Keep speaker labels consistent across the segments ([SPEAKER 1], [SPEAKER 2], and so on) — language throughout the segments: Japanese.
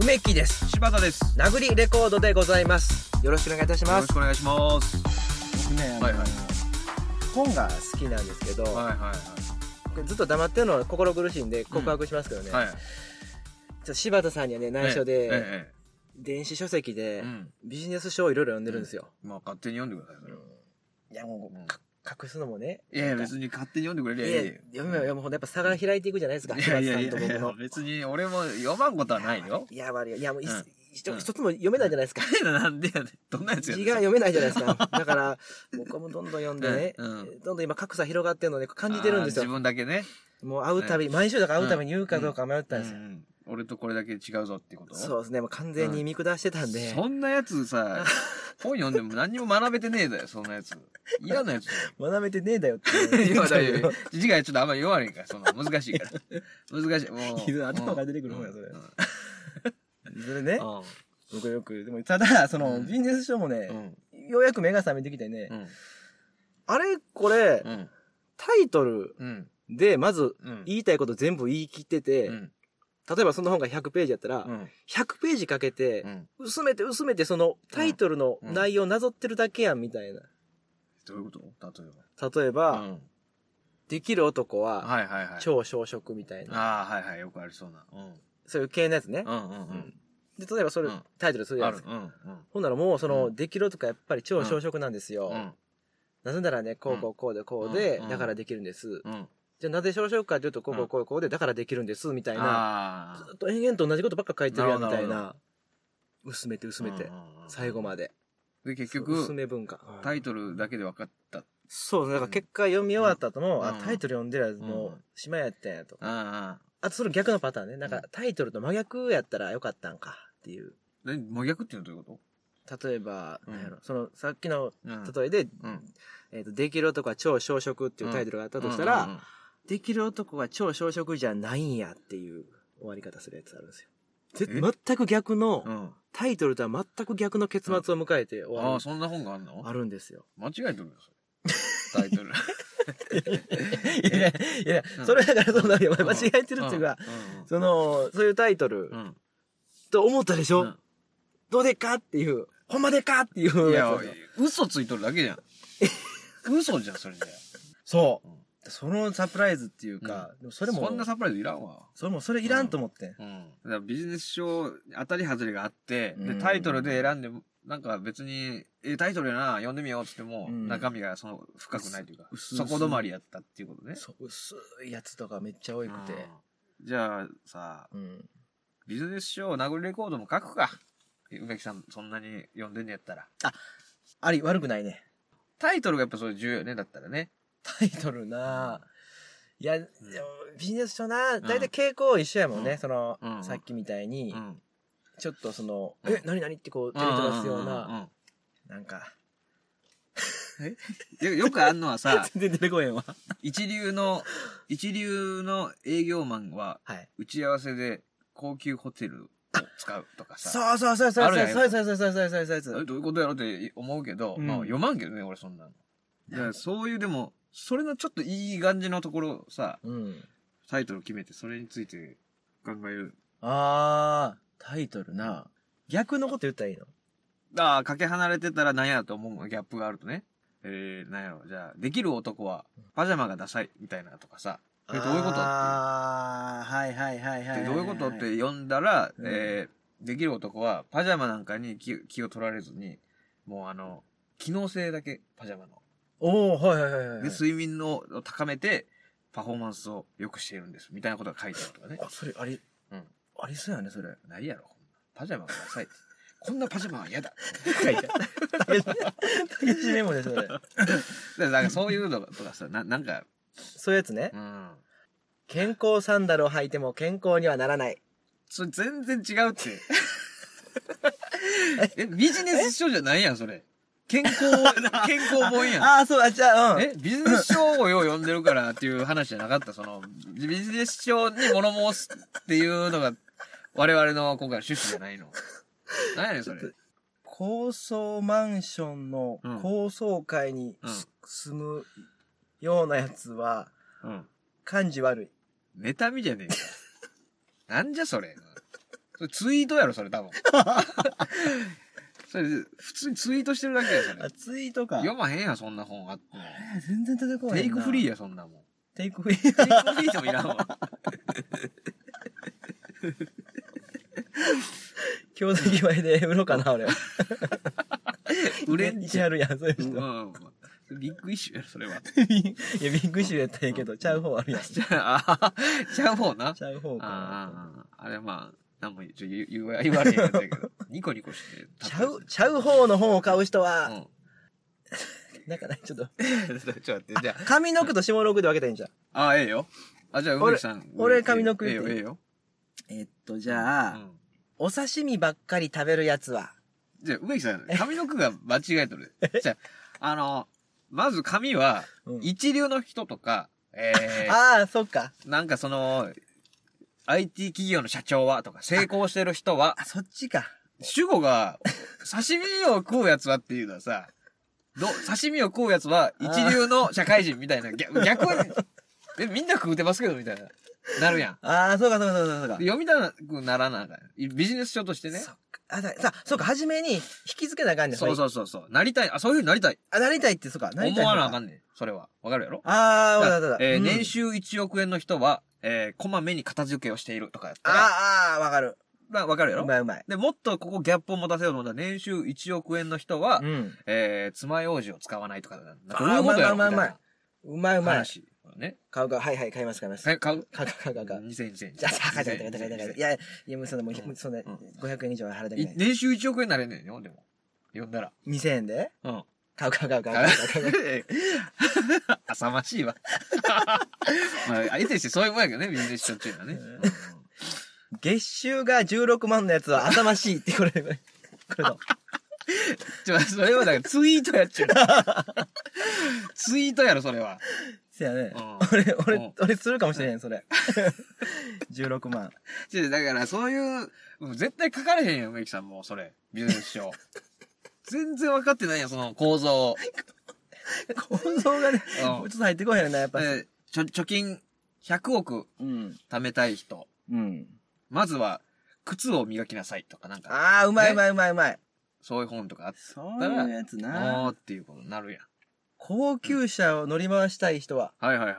[SPEAKER 1] 梅木です
[SPEAKER 2] 柴田です。
[SPEAKER 1] 殴りレコードでございますよろしくお願いいたし
[SPEAKER 2] よ
[SPEAKER 1] ま
[SPEAKER 2] ろ
[SPEAKER 1] す
[SPEAKER 2] しくお願いします。
[SPEAKER 3] 僕ね、あの
[SPEAKER 2] はいはい
[SPEAKER 3] 本が
[SPEAKER 1] 好きなんですけど、
[SPEAKER 2] はいはい
[SPEAKER 1] ずっと黙ってるのは心苦しいんで告白しますけどね、
[SPEAKER 2] はい。
[SPEAKER 1] ちょ
[SPEAKER 2] はい。
[SPEAKER 1] っと柴田さんにはね内緒で、
[SPEAKER 2] ええ
[SPEAKER 1] 電子書籍
[SPEAKER 2] ええ
[SPEAKER 1] で
[SPEAKER 2] うん。
[SPEAKER 1] ビジネス書をいろいろ読んでるんですよ、
[SPEAKER 2] まあ勝手に読んでくださいそれは。
[SPEAKER 1] いやもう、
[SPEAKER 2] うん
[SPEAKER 1] か隠すのもね
[SPEAKER 2] いやいや別に勝手に読んでくれ
[SPEAKER 1] い
[SPEAKER 2] りゃ
[SPEAKER 1] や
[SPEAKER 2] いい
[SPEAKER 1] いや読めば読むほどやっぱ差が開いていくじゃないですか、
[SPEAKER 2] いやいやい
[SPEAKER 1] 柴田さんと
[SPEAKER 2] やい
[SPEAKER 1] 僕の
[SPEAKER 2] や別に俺も読まんことはないよ。
[SPEAKER 1] いや悪いいやもういっ
[SPEAKER 2] うん
[SPEAKER 1] 一
[SPEAKER 2] うん
[SPEAKER 1] 一つも読めないじゃないですか
[SPEAKER 2] なんでやねん。どん なや
[SPEAKER 1] 字
[SPEAKER 2] つやねん
[SPEAKER 1] が読めないじゃないですかだから僕はもうどんどん読んでね、
[SPEAKER 2] うんうん
[SPEAKER 1] どんどん今格差広がってるので感じてるんです
[SPEAKER 2] あー自
[SPEAKER 1] よ
[SPEAKER 2] 分だけね。
[SPEAKER 1] もう会うたび、毎週だから会うたびに言うかどうか迷ったんですよ、
[SPEAKER 2] うん俺とこれだけ違うぞってこと
[SPEAKER 1] そうですねもう完全に見下してたんで、
[SPEAKER 2] そんなやつ さ、本読んでも何にも学べてねえだよ、そんなやつ。嫌なやつだよ。
[SPEAKER 1] 学べてねえだよって
[SPEAKER 2] い
[SPEAKER 1] 言
[SPEAKER 2] や
[SPEAKER 1] わ
[SPEAKER 2] だ
[SPEAKER 1] れ
[SPEAKER 2] いやい
[SPEAKER 1] て
[SPEAKER 2] や次回ちょっとあんまり弱いから、その、難しいから。難しい。も。
[SPEAKER 1] いうや頭が
[SPEAKER 2] うん
[SPEAKER 1] 出てくる方やそれ
[SPEAKER 2] うんうん
[SPEAKER 1] それね
[SPEAKER 2] うん
[SPEAKER 1] 僕よくでもただその、
[SPEAKER 2] うん
[SPEAKER 1] ビジネス書もね
[SPEAKER 2] う、ん
[SPEAKER 1] ようやく目が覚めてきてね、
[SPEAKER 2] うん
[SPEAKER 1] あれこれ、
[SPEAKER 2] うん
[SPEAKER 1] タイトル
[SPEAKER 2] うん
[SPEAKER 1] でまず
[SPEAKER 2] うん
[SPEAKER 1] 言いたいこと全部言い切ってて、
[SPEAKER 2] うん
[SPEAKER 1] 例えばその本が100ページやったら、
[SPEAKER 2] うん
[SPEAKER 1] 100ページかけて
[SPEAKER 2] う、ん
[SPEAKER 1] 薄めて薄めてそのタイトルの内容なぞってるだけやんみたいな。
[SPEAKER 2] どういうこと例え
[SPEAKER 1] 例え
[SPEAKER 2] ば
[SPEAKER 1] ば、
[SPEAKER 2] うん
[SPEAKER 1] できる男は
[SPEAKER 2] はいはいはい
[SPEAKER 1] 超小食みたいな、
[SPEAKER 2] ああはいはいよくありそうなうん
[SPEAKER 1] そういう系のやつね。
[SPEAKER 2] うんうんうん
[SPEAKER 1] で、例えばそれ、
[SPEAKER 2] うん
[SPEAKER 1] タイトルするじゃ
[SPEAKER 2] あ
[SPEAKER 1] ないで
[SPEAKER 2] る
[SPEAKER 1] すか。
[SPEAKER 2] うんうん
[SPEAKER 1] ほんならもうその、
[SPEAKER 2] う
[SPEAKER 1] できる男はやっぱり超小食なんですよ。
[SPEAKER 2] うん
[SPEAKER 1] なぜならね、こうこうこうでこうで、
[SPEAKER 2] うん
[SPEAKER 1] だからできるんです。
[SPEAKER 2] うん
[SPEAKER 1] じゃあなぜ小食かというと、こうこうこうこうで、だからできるんです、みたいな。
[SPEAKER 2] あ
[SPEAKER 1] ずっと延々と同じことばっか書いてるやん、み
[SPEAKER 2] な
[SPEAKER 1] た
[SPEAKER 2] る
[SPEAKER 1] い
[SPEAKER 2] ほどな
[SPEAKER 1] な。薄めて薄めて、最後ま
[SPEAKER 2] で
[SPEAKER 1] で。
[SPEAKER 2] で結
[SPEAKER 1] 薄
[SPEAKER 2] 局
[SPEAKER 1] め文化。
[SPEAKER 2] タイトルだけで分かった
[SPEAKER 1] そう、だから結果読み終わった後も、
[SPEAKER 2] うん
[SPEAKER 1] あ、
[SPEAKER 2] うん
[SPEAKER 1] タイトル読んでりゃも
[SPEAKER 2] う
[SPEAKER 1] うんしまいやったんやと。
[SPEAKER 2] ああ
[SPEAKER 1] あとその逆のパターンね。なん
[SPEAKER 2] う
[SPEAKER 1] か
[SPEAKER 2] ん
[SPEAKER 1] タイトルと真逆やったらよかったんかっていう。
[SPEAKER 2] 何真逆っていうのはどういうこ
[SPEAKER 1] 例えば、
[SPEAKER 2] うん
[SPEAKER 1] なんやろ、そのさっきの
[SPEAKER 2] とうん
[SPEAKER 1] 例えで、
[SPEAKER 2] うん
[SPEAKER 1] えっ、と、できる男は超小食っていうタイトルがあったとしたら、
[SPEAKER 2] うんうんうん
[SPEAKER 1] できる男は超小食じゃないんやっていう終わり方するやつあるんですよ。ぜ
[SPEAKER 2] え
[SPEAKER 1] 全く逆の、
[SPEAKER 2] うん
[SPEAKER 1] タイトルとは全く逆の結末を迎えて終
[SPEAKER 2] あ
[SPEAKER 1] わ
[SPEAKER 2] あ
[SPEAKER 1] る、
[SPEAKER 2] そんな本があんの
[SPEAKER 1] あるんですよ。
[SPEAKER 2] 間違えとるよそれタイト ル
[SPEAKER 1] いやいや、
[SPEAKER 2] うん
[SPEAKER 1] それだからそんなにお前
[SPEAKER 2] うん
[SPEAKER 1] 間違えてるっていうか、
[SPEAKER 2] うんうん
[SPEAKER 1] その、そういうタイトル
[SPEAKER 2] うん
[SPEAKER 1] と思ったでしょ、
[SPEAKER 2] うん
[SPEAKER 1] どうでっかっていう、ほんまでっかっていうや
[SPEAKER 2] い
[SPEAKER 1] つ
[SPEAKER 2] や
[SPEAKER 1] なんですよ。、
[SPEAKER 2] 嘘ついとるだけじゃ ん。嘘じゃん、それじゃ。
[SPEAKER 1] そう、
[SPEAKER 2] うん
[SPEAKER 1] そのサプライズっていうか、でもそれも、
[SPEAKER 2] そんなサプライズいらんわ。
[SPEAKER 1] それもそれいらんと思ってん。
[SPEAKER 2] うん。だからビジネス書、当たり外れがあって、
[SPEAKER 1] う
[SPEAKER 2] で、
[SPEAKER 1] ん
[SPEAKER 2] タイトルで選んで、なんか別に、え、タイトルやな、読んでみようって言っても、
[SPEAKER 1] うん
[SPEAKER 2] 中身がその深くないというか、
[SPEAKER 1] 薄
[SPEAKER 2] そこ止まりやったっていうことね。
[SPEAKER 1] そう、薄いやつとかめっちゃ多くて。
[SPEAKER 2] うんじゃあさ、
[SPEAKER 1] うん。
[SPEAKER 2] ビジネス書、殴りレコードも書くか。梅木さん、そんなに読んでんのやったら。
[SPEAKER 1] あり、悪くないね。
[SPEAKER 2] タイトルがやっぱそれ重要よね、だったらね。
[SPEAKER 1] タイトルなぁ。いや、でもビジネス書なぁ。
[SPEAKER 2] ん
[SPEAKER 1] だいたい傾向一緒やもんね。
[SPEAKER 2] うん
[SPEAKER 1] その、
[SPEAKER 2] うん
[SPEAKER 1] さっきみたいに
[SPEAKER 2] う、ん。
[SPEAKER 1] ちょっとその、
[SPEAKER 2] うん
[SPEAKER 1] え、なになにってこう、手を飛ばすよう
[SPEAKER 2] うんうん
[SPEAKER 1] な、
[SPEAKER 2] うん
[SPEAKER 1] なんか、、
[SPEAKER 2] よよくあんのはさ
[SPEAKER 1] 全然出てこへんわ。
[SPEAKER 2] 一流の、一流の営業マンは、
[SPEAKER 1] はい。
[SPEAKER 2] 打ち合わせで高級ホテルを使うとかさ。
[SPEAKER 1] そうそうそうそう
[SPEAKER 2] あ
[SPEAKER 1] そう
[SPEAKER 2] るやん
[SPEAKER 1] そうそうそうそうそうそうそう
[SPEAKER 2] えどういうことやろって思うけど、
[SPEAKER 1] うん
[SPEAKER 2] まあ読まんけどね、俺そんなの。だからそういう、でも、それのちょっといい感じのところさ、
[SPEAKER 1] うん。
[SPEAKER 2] タイトル決めて、それについて考える。
[SPEAKER 1] あー、タイトルな逆のこと言ったらいいの
[SPEAKER 2] ああ、かけ離れてたらなんやと思うもんギャップがあるとね。えー、なんやろ、じゃあ、できる男は、パジャマがダサい、みたいなとかさ。えどういうことっていう
[SPEAKER 1] あー、はいはいはいはいはいはい。
[SPEAKER 2] でどういうことって読んだら、
[SPEAKER 1] うん
[SPEAKER 2] えーできる男はパジャマなんかに気気を取られずにもうあの機能性だけパジャマの
[SPEAKER 1] おー、はいはいはいはい。
[SPEAKER 2] で睡眠のを高めてパフォーマンスを良くしているんですみたいなことが書いてあるとかね
[SPEAKER 1] あ、それ、あり、
[SPEAKER 2] うん
[SPEAKER 1] ありそうやね、それ。
[SPEAKER 2] ないやろこんなパジャマがダサいって こんなパジャマは嫌だ書いて ある
[SPEAKER 1] 竹内メモでそれ。
[SPEAKER 2] でなんかそういうのとかさななんか
[SPEAKER 1] そういうやつね。
[SPEAKER 2] うん
[SPEAKER 1] 健康サンダルを履いても健康にはならない。
[SPEAKER 2] それ全然違うって えビジネス書じゃないやんそれ 健康健康本やん
[SPEAKER 1] ああ、そう、あ、じゃあ、うん。
[SPEAKER 2] えビジネス書をよう読んでるからっていう話じゃなかったそのビジネス書に物申すっていうのが我々の今回の趣旨じゃないの何やねんそれ
[SPEAKER 1] ちょっ高層マンションの
[SPEAKER 2] うん
[SPEAKER 1] 高層階に
[SPEAKER 2] うん
[SPEAKER 1] す住むようなやつは、
[SPEAKER 2] うん
[SPEAKER 1] 感じ悪い。
[SPEAKER 2] 妬みじゃねえかなんじゃそれそれツイートやろ、それ 多分。それ、普通にツイートしてるだけや、それ
[SPEAKER 1] あ、。ツイートか。
[SPEAKER 2] 読まへんやん、そんな本あっても。
[SPEAKER 1] 全然出てこない。
[SPEAKER 2] テイクフリー
[SPEAKER 1] や。
[SPEAKER 2] や、そんなもん。
[SPEAKER 1] テイクフリー。
[SPEAKER 2] テ イクフリーでもいらんわ。
[SPEAKER 1] 強敵前で売ろうかな、俺は。
[SPEAKER 2] 売れん
[SPEAKER 1] ちゃうやん、そういう
[SPEAKER 2] うん
[SPEAKER 1] 人。
[SPEAKER 2] うんうん。ビッグイシューやろ、それは。
[SPEAKER 1] いや、ビッグシューやったんやけど、ちゃう方あるやん。ち
[SPEAKER 2] じゃあ、ちゃう方な。あ
[SPEAKER 1] ゃう方か。
[SPEAKER 2] あああ、あれまあ、何も言うちょ言う言わ言われへんやつやけど。 ニコニコして。
[SPEAKER 1] ちゃう、ちゃう方の本を買う人
[SPEAKER 2] う
[SPEAKER 1] は、
[SPEAKER 2] ん。
[SPEAKER 1] なんかね、ちょっと、
[SPEAKER 2] ちょっと待って、じゃ
[SPEAKER 1] 上の句と下の句で分けてんじゃん。
[SPEAKER 2] あ。あ、ええよ。あ、じゃあ、梅木さん。
[SPEAKER 1] 俺俺髪の毛
[SPEAKER 2] ええよ、ええよ。
[SPEAKER 1] えっと、じ
[SPEAKER 2] う
[SPEAKER 1] ゃあ、
[SPEAKER 2] ん
[SPEAKER 1] お刺身ばっかり食べるやつは、
[SPEAKER 2] じゃあ、梅木さん、髪の句が間違えとる。じゃあ、あの、まず髪は、
[SPEAKER 1] うん
[SPEAKER 2] 一流の人とか、ええ
[SPEAKER 1] ああ、そっか。
[SPEAKER 2] なんかその、IT 企業の社長はとか、成功してる人は、
[SPEAKER 1] あ、そっちか。
[SPEAKER 2] 主語が、刺身を食うやつはっていうのはさ、ど、刺身を食うやつは一流の社会人みたいな、逆、逆に、え、みんな食うてますけどみたいな、なるやん。
[SPEAKER 1] ああ、そうか、そうか、そうか、そうか
[SPEAKER 2] で。読みたくならなあかん。ビジネス書としてね
[SPEAKER 1] そ。っか。あ、ださ、そうか、初めに引き付けなあかんねん。
[SPEAKER 2] そう
[SPEAKER 1] う。
[SPEAKER 2] そうそうそう。なりたい、あ、そういうふうになりたい。
[SPEAKER 1] あ、なりたいって、そうか、なり
[SPEAKER 2] 思
[SPEAKER 1] たい。
[SPEAKER 2] わなあか
[SPEAKER 1] ん。
[SPEAKER 2] んねん。それは。わかるやろ
[SPEAKER 1] ああ、わかったわかった。
[SPEAKER 2] えー
[SPEAKER 1] うん
[SPEAKER 2] 年収1億円の人は、えーこまめに片付けをしているとかやったら、
[SPEAKER 1] あーあー、わかる。
[SPEAKER 2] まあわかるや
[SPEAKER 1] う
[SPEAKER 2] ろ
[SPEAKER 1] まいうまい。
[SPEAKER 2] で、もっとここギャップを持たせようと思ったら、年収1億円の人は、
[SPEAKER 1] うん。
[SPEAKER 2] えー、爪楊枝を使わないとか、なんか
[SPEAKER 1] あー
[SPEAKER 2] どういうことやろ
[SPEAKER 1] うまいうまいうまい
[SPEAKER 2] み
[SPEAKER 1] うまいう
[SPEAKER 2] たいな
[SPEAKER 1] まい。
[SPEAKER 2] 話。ね。
[SPEAKER 1] 買う買う。はいはい、買います買います。
[SPEAKER 2] 買う、買う
[SPEAKER 1] 買う買う買う買う。
[SPEAKER 2] ?2000、
[SPEAKER 1] じゃあ、高い高い高い高い高い。いや、いや、もうそんな、も
[SPEAKER 2] うん
[SPEAKER 1] う、そんな、
[SPEAKER 2] ん
[SPEAKER 1] 500円以上は払いたく
[SPEAKER 2] い
[SPEAKER 1] ない。
[SPEAKER 2] 年収1億円になれんねんよ、でも。読んだら。
[SPEAKER 1] 2000円で
[SPEAKER 2] うん。
[SPEAKER 1] 買う買う買う買う買う買う買う。
[SPEAKER 2] 浅ましいわ。 まあ、相手してそういうもんやけどね、ビジネス書っていうのはね。うんうん
[SPEAKER 1] 月収が16万のやつは頭しいって、これ、これ。これの。
[SPEAKER 2] ちょ、それはだからツイートやっちゅうの。 ツイートやろ、それは。
[SPEAKER 1] せやね
[SPEAKER 2] うん。
[SPEAKER 1] 俺、
[SPEAKER 2] う
[SPEAKER 1] 俺
[SPEAKER 2] ん、
[SPEAKER 1] 俺するかもしれへん、それ。16万。
[SPEAKER 2] ちょだから、そういう、もう絶対書かれへんよ、梅木さんも、それ。ビジネス書。全然分かってないよ、その構造を。
[SPEAKER 1] 構造がね、
[SPEAKER 2] うん
[SPEAKER 1] もうちょっと入ってこへんよな、やっぱ。
[SPEAKER 2] えーちょ貯金100億
[SPEAKER 1] うん。
[SPEAKER 2] 貯めたい人。
[SPEAKER 1] うん。
[SPEAKER 2] まずは、靴を磨きなさいとか、なんか、
[SPEAKER 1] ああ、うまいうまいうまいうまい。
[SPEAKER 2] そういう本とかあっ
[SPEAKER 1] そういうやつ
[SPEAKER 2] た
[SPEAKER 1] な
[SPEAKER 2] ら、。おーっていうことになるやん。
[SPEAKER 1] 高級車を乗り回したい人は、
[SPEAKER 2] はいはいはい。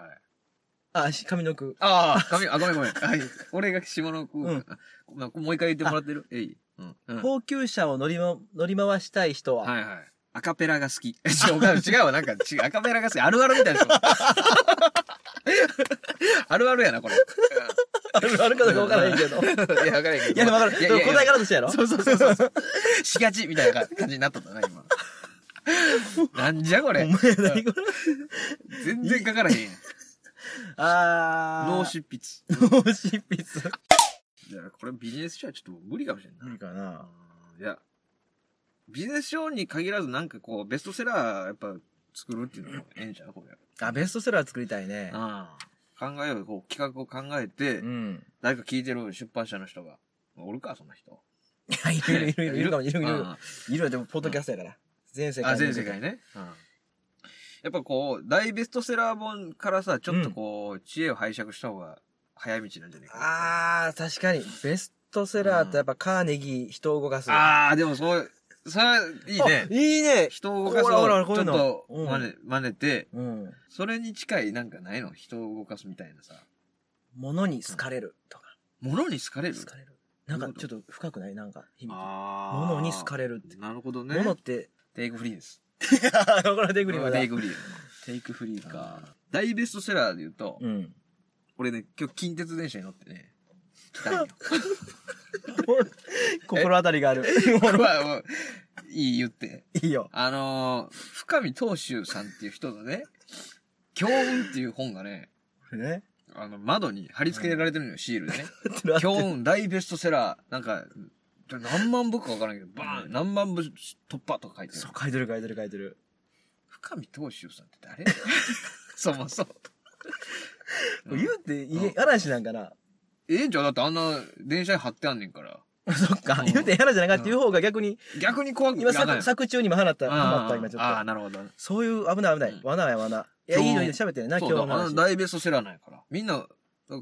[SPEAKER 1] あ、し上の句。
[SPEAKER 2] ああ、髪、あ、ごめん ごめん。はい。俺が下の子、
[SPEAKER 1] う
[SPEAKER 2] うん
[SPEAKER 1] ん、
[SPEAKER 2] もう一回言ってもらってるえい。うん。うん
[SPEAKER 1] 高級車を乗り,、ま、乗り回したい人は、
[SPEAKER 2] はいはい。アカペラが好き。違う、違うわ、なんか違う。アカペラが好き。あるあるみたいでし ょ。あるあるやな、 これ。い
[SPEAKER 1] あるあるかどうかわからへんけど。い
[SPEAKER 2] や、わからへんけど。
[SPEAKER 1] や、でもわかる。
[SPEAKER 2] い
[SPEAKER 1] で
[SPEAKER 2] やい
[SPEAKER 1] も
[SPEAKER 2] やいや
[SPEAKER 1] 答えからとしてやろ
[SPEAKER 2] そうそうそうそう。しがちみたいな感じになっとったな、今。なんじゃこ
[SPEAKER 1] お前
[SPEAKER 2] れ。
[SPEAKER 1] 何これ
[SPEAKER 2] 全然書かれへんやん。
[SPEAKER 1] あー。
[SPEAKER 2] 脳執筆。
[SPEAKER 1] 脳執筆。
[SPEAKER 2] いや、これビジネス書はちょっと無理かもしれんな。
[SPEAKER 1] かな。
[SPEAKER 2] いや、ビジネス書に限らずなんかこう、ベストセラーやっぱ作るっていうのもええんちゃうこれ。
[SPEAKER 1] あ、ベストセラー作りたいね。
[SPEAKER 2] ああ考えよう。こう、企画を考えて、
[SPEAKER 1] うん。
[SPEAKER 2] 誰か聞いてる出版社の人が。おるか、そんな人。
[SPEAKER 1] いや、いるいるいるいるかも、いるいる。
[SPEAKER 2] あ
[SPEAKER 1] いるでも、ポッドキャストやから。全世界。
[SPEAKER 2] あ、全世界。ね。うんやっぱこう、大ベストセラー本からさ、ちょっとこう、知恵を拝借した方が早道なんじゃないかな。あ
[SPEAKER 1] あー、確かに。ベストセラーとやっぱカーネギー、人を動かす。
[SPEAKER 2] あー、でもそう、それはいいね
[SPEAKER 1] あ。いいね。
[SPEAKER 2] 人を動かす
[SPEAKER 1] ほらほら
[SPEAKER 2] の
[SPEAKER 1] こう
[SPEAKER 2] ち
[SPEAKER 1] い
[SPEAKER 2] ょ
[SPEAKER 1] う
[SPEAKER 2] っ
[SPEAKER 1] の
[SPEAKER 2] と
[SPEAKER 1] うん
[SPEAKER 2] 真似真似て、
[SPEAKER 1] うん。
[SPEAKER 2] それに近いなんかないの人を動かすみたいなさ。
[SPEAKER 1] 物に好かれるとか。
[SPEAKER 2] 物に好かれる
[SPEAKER 1] 好かれる。なんかちょっと深くないなんか、響き。
[SPEAKER 2] あー
[SPEAKER 1] 物に好かれるって。
[SPEAKER 2] なるほどね。
[SPEAKER 1] 物って、
[SPEAKER 2] テイクフリーです。
[SPEAKER 1] あーこれはデグリまだ
[SPEAKER 2] テイクフリー。テイクフリーか。大ベストセラーで言うと、
[SPEAKER 1] うん。
[SPEAKER 2] 俺ね、今日近鉄電車に乗って ね、来たんよ。
[SPEAKER 1] 心当たりがある。
[SPEAKER 2] これは、もういい言って。
[SPEAKER 1] いいよ。
[SPEAKER 2] あのー、深見東秀さんっていう人のね、強運っていう本がね、
[SPEAKER 1] これね。
[SPEAKER 2] あの、窓に貼り付けられてるのよ、シール でね。
[SPEAKER 1] 今
[SPEAKER 2] 強運大ベストセラー、なんか、何万部かわからんけど、バーン何万部突破とか書いてある
[SPEAKER 1] そう、。書いてる書いてる書いてる。
[SPEAKER 2] 深見東秀さんって誰 そもそも。
[SPEAKER 1] 言うて、
[SPEAKER 2] う
[SPEAKER 1] い
[SPEAKER 2] ん
[SPEAKER 1] やらしなんかな。
[SPEAKER 2] ええんちゃうだってあんな電車に貼ってあんねんから。
[SPEAKER 1] そっか
[SPEAKER 2] う。ん
[SPEAKER 1] 言うてやらじゃなかったいう方が逆に、
[SPEAKER 2] 逆に怖く
[SPEAKER 1] 今
[SPEAKER 2] やばい
[SPEAKER 1] 作、作中にも放った、
[SPEAKER 2] あ
[SPEAKER 1] 放った今ちょ
[SPEAKER 2] あああ、
[SPEAKER 1] っと。
[SPEAKER 2] なるほど。
[SPEAKER 1] そういう危ない危な
[SPEAKER 2] うん
[SPEAKER 1] い。罠や罠。いや、
[SPEAKER 2] 今日
[SPEAKER 1] いいのいいの喋ってねな、今日
[SPEAKER 2] そうだ、
[SPEAKER 1] の
[SPEAKER 2] あの
[SPEAKER 1] 話。
[SPEAKER 2] 大ベストセ ラーなんやから。みんな、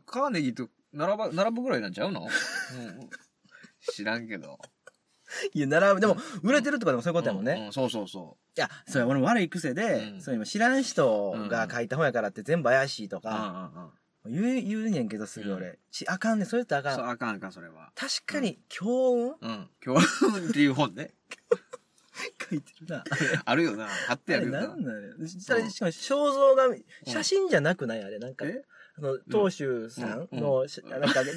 [SPEAKER 2] カーネギーと並ば、並ぶぐらいなんちゃうの、うん知らんけど。
[SPEAKER 1] いや、並ぶ。でも、売れてるとかでもそういうことやもんね。
[SPEAKER 2] ううそうそうそ
[SPEAKER 1] いや、それ俺も悪い癖で、
[SPEAKER 2] うん
[SPEAKER 1] それ今知らん人が書いた本やからって全部怪しいと
[SPEAKER 2] う。うんうんう
[SPEAKER 1] か、
[SPEAKER 2] ん。
[SPEAKER 1] 言う、言うねんけどすぐ俺。ち、あかんねん、それってあか。
[SPEAKER 2] そうんあかんあかん、それは。
[SPEAKER 1] 確かに、強運
[SPEAKER 2] うん。今日はっていう本ね。
[SPEAKER 1] 書いてるな。
[SPEAKER 2] あるよな。貼って
[SPEAKER 1] あ
[SPEAKER 2] あ
[SPEAKER 1] れ
[SPEAKER 2] るよ
[SPEAKER 1] な
[SPEAKER 2] な。
[SPEAKER 1] んなのよ。したらしかも肖像画、写真じゃなくないあれ、なんか。
[SPEAKER 2] え
[SPEAKER 1] あの、当主さんの、し
[SPEAKER 2] うん
[SPEAKER 1] なんか、
[SPEAKER 2] ど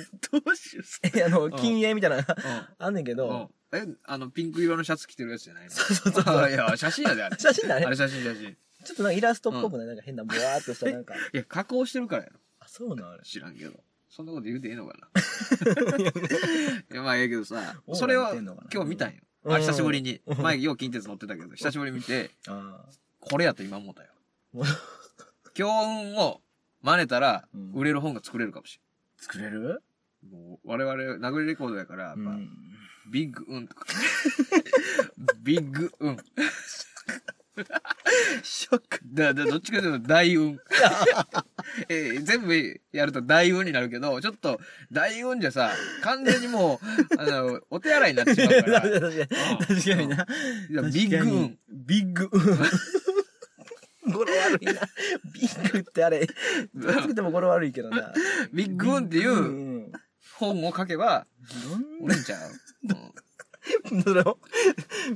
[SPEAKER 2] うしよ
[SPEAKER 1] えあの、
[SPEAKER 2] ん
[SPEAKER 1] 禁煙みたいなのが
[SPEAKER 2] う。
[SPEAKER 1] あんねんけ
[SPEAKER 2] う
[SPEAKER 1] ど、
[SPEAKER 2] ん。え、あの、ピンク色のシャツ着てるやつじゃないの
[SPEAKER 1] そうそうそう。
[SPEAKER 2] あいや、写真やで、あれ。
[SPEAKER 1] 写真だね
[SPEAKER 2] あれ写真写真。い
[SPEAKER 1] ちょっとなんかイラストっぽくないなんか変な、ぼわーっとしたなんか。
[SPEAKER 2] や、加工してるからやろ。
[SPEAKER 1] あ、そうなのあれ。
[SPEAKER 2] 知らんけど。そんなこと言うてええの かな。いや、まあええけどさ、それは今日見たん
[SPEAKER 1] う
[SPEAKER 2] よ。
[SPEAKER 1] ん
[SPEAKER 2] あ、久しぶりに。
[SPEAKER 1] うん
[SPEAKER 2] 前、よう近鉄乗ってたけど、久しぶりに見て、
[SPEAKER 1] あ
[SPEAKER 2] これやと今思っ たよ
[SPEAKER 1] もう。
[SPEAKER 2] 強運を真似たら
[SPEAKER 1] うん、
[SPEAKER 2] 売れる本が作れるかもし
[SPEAKER 1] ー作れる
[SPEAKER 2] れん。もう、我々、殴りレコードやから、やっ
[SPEAKER 1] う
[SPEAKER 2] ぱ、
[SPEAKER 1] ん。
[SPEAKER 2] ビッグ運とか。 ビッグ運。ショック。だ、だ、どっちかというと 大運。えー全部やると大運になるけど、ちょっと大運じゃさ、完全にもう、あの、お手洗いになってしまうから。
[SPEAKER 1] 確かに 確かにな。
[SPEAKER 2] いやビッグ運。
[SPEAKER 1] ビッグ運。語呂悪いな。ビッグってあれ、どう作っても語呂悪いけどな。
[SPEAKER 2] ビッグ運ってい
[SPEAKER 1] うん
[SPEAKER 2] う
[SPEAKER 1] うん。
[SPEAKER 2] 本を書けば、
[SPEAKER 1] ど
[SPEAKER 2] 売れん ちゃう。うん
[SPEAKER 1] んな、それを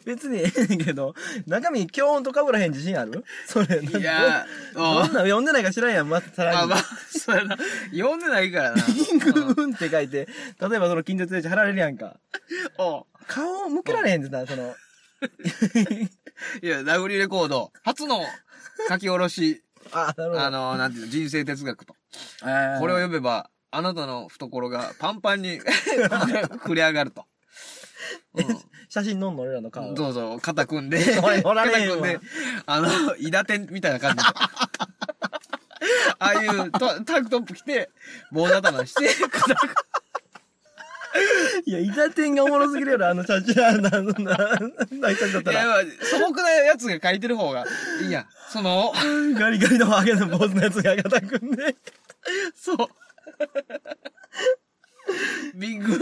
[SPEAKER 1] 別にええねんけど、中身強音とかぶらへん自信あるそれ。
[SPEAKER 2] いやー、
[SPEAKER 1] どんどん
[SPEAKER 2] うん
[SPEAKER 1] な読んでないか知らんやん、またさらに。
[SPEAKER 2] まあまあ、 そうやな。読んでないからな。
[SPEAKER 1] ビッグ運って書いて、例えばその近所通知貼られるやんか。
[SPEAKER 2] おう
[SPEAKER 1] 顔向けられへんってな、その。
[SPEAKER 2] いや、ラグリレコード、初の書き下ろし、
[SPEAKER 1] あ、なるほど。
[SPEAKER 2] あの、なんていうの、人生哲学と。
[SPEAKER 1] あー
[SPEAKER 2] これを読めば、あなたの懐がパンパ ンに膨れ上がると。う
[SPEAKER 1] 写真のんの俺らの顔。
[SPEAKER 2] ん、どうぞ、肩組んで、
[SPEAKER 1] おいおら
[SPEAKER 2] 肩
[SPEAKER 1] れへん
[SPEAKER 2] 組ん
[SPEAKER 1] わ
[SPEAKER 2] で、あの、イダテンみたいな 感じで。ああいうタタンクトップ着て、棒頭して、肩組んで
[SPEAKER 1] いや、イタテンがおもろすぎるやろ、あの写真、あの、あの、な、な、人だった
[SPEAKER 2] いや、
[SPEAKER 1] ら。
[SPEAKER 2] まあ素朴なやつが書いてる方がいいやん。その、
[SPEAKER 1] ガリガリのハゲの坊主のやつが肩組んで。
[SPEAKER 2] そう。ビッグ、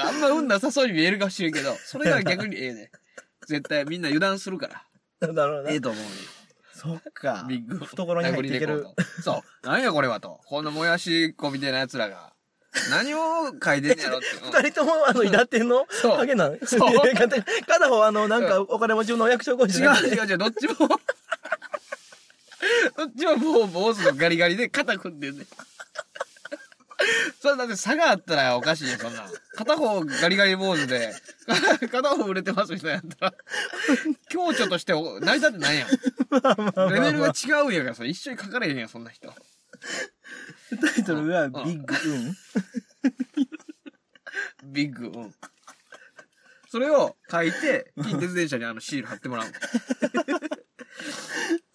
[SPEAKER 2] あんま運なさそうに見えるかもしれんけど、それが逆にええね。絶対みんな油断するから。
[SPEAKER 1] なるほど
[SPEAKER 2] ええ
[SPEAKER 1] な。
[SPEAKER 2] と思う
[SPEAKER 1] そっか。
[SPEAKER 2] ビッグ。
[SPEAKER 1] 懐に入っていける
[SPEAKER 2] 殴りレコード。そう。なんやこれはと。こんなもやし子みたいな奴らが。何を書いてんねや ろって。うん
[SPEAKER 1] 二人とも、あの、イダテンの
[SPEAKER 2] そう
[SPEAKER 1] ハゲなん
[SPEAKER 2] そう
[SPEAKER 1] いや片片方、あの、なんか、お金持ちの役所工事
[SPEAKER 2] 違う違う違う、どっちも。どっちももう坊主のガリガリで肩組んでんねん。それだって差があったらおかしいよ、そんなん。片方ガリガリ坊主で、 片方売れてますみたいなんやったら、強著としてお成り立ってないやん。レベルが違うんやから、それ一緒に書かれへんやん、そんな人。
[SPEAKER 1] タイトルが、ビッグ運。
[SPEAKER 2] ビッグ、うん。それを書いて、近鉄電車にあのシール貼ってもらう。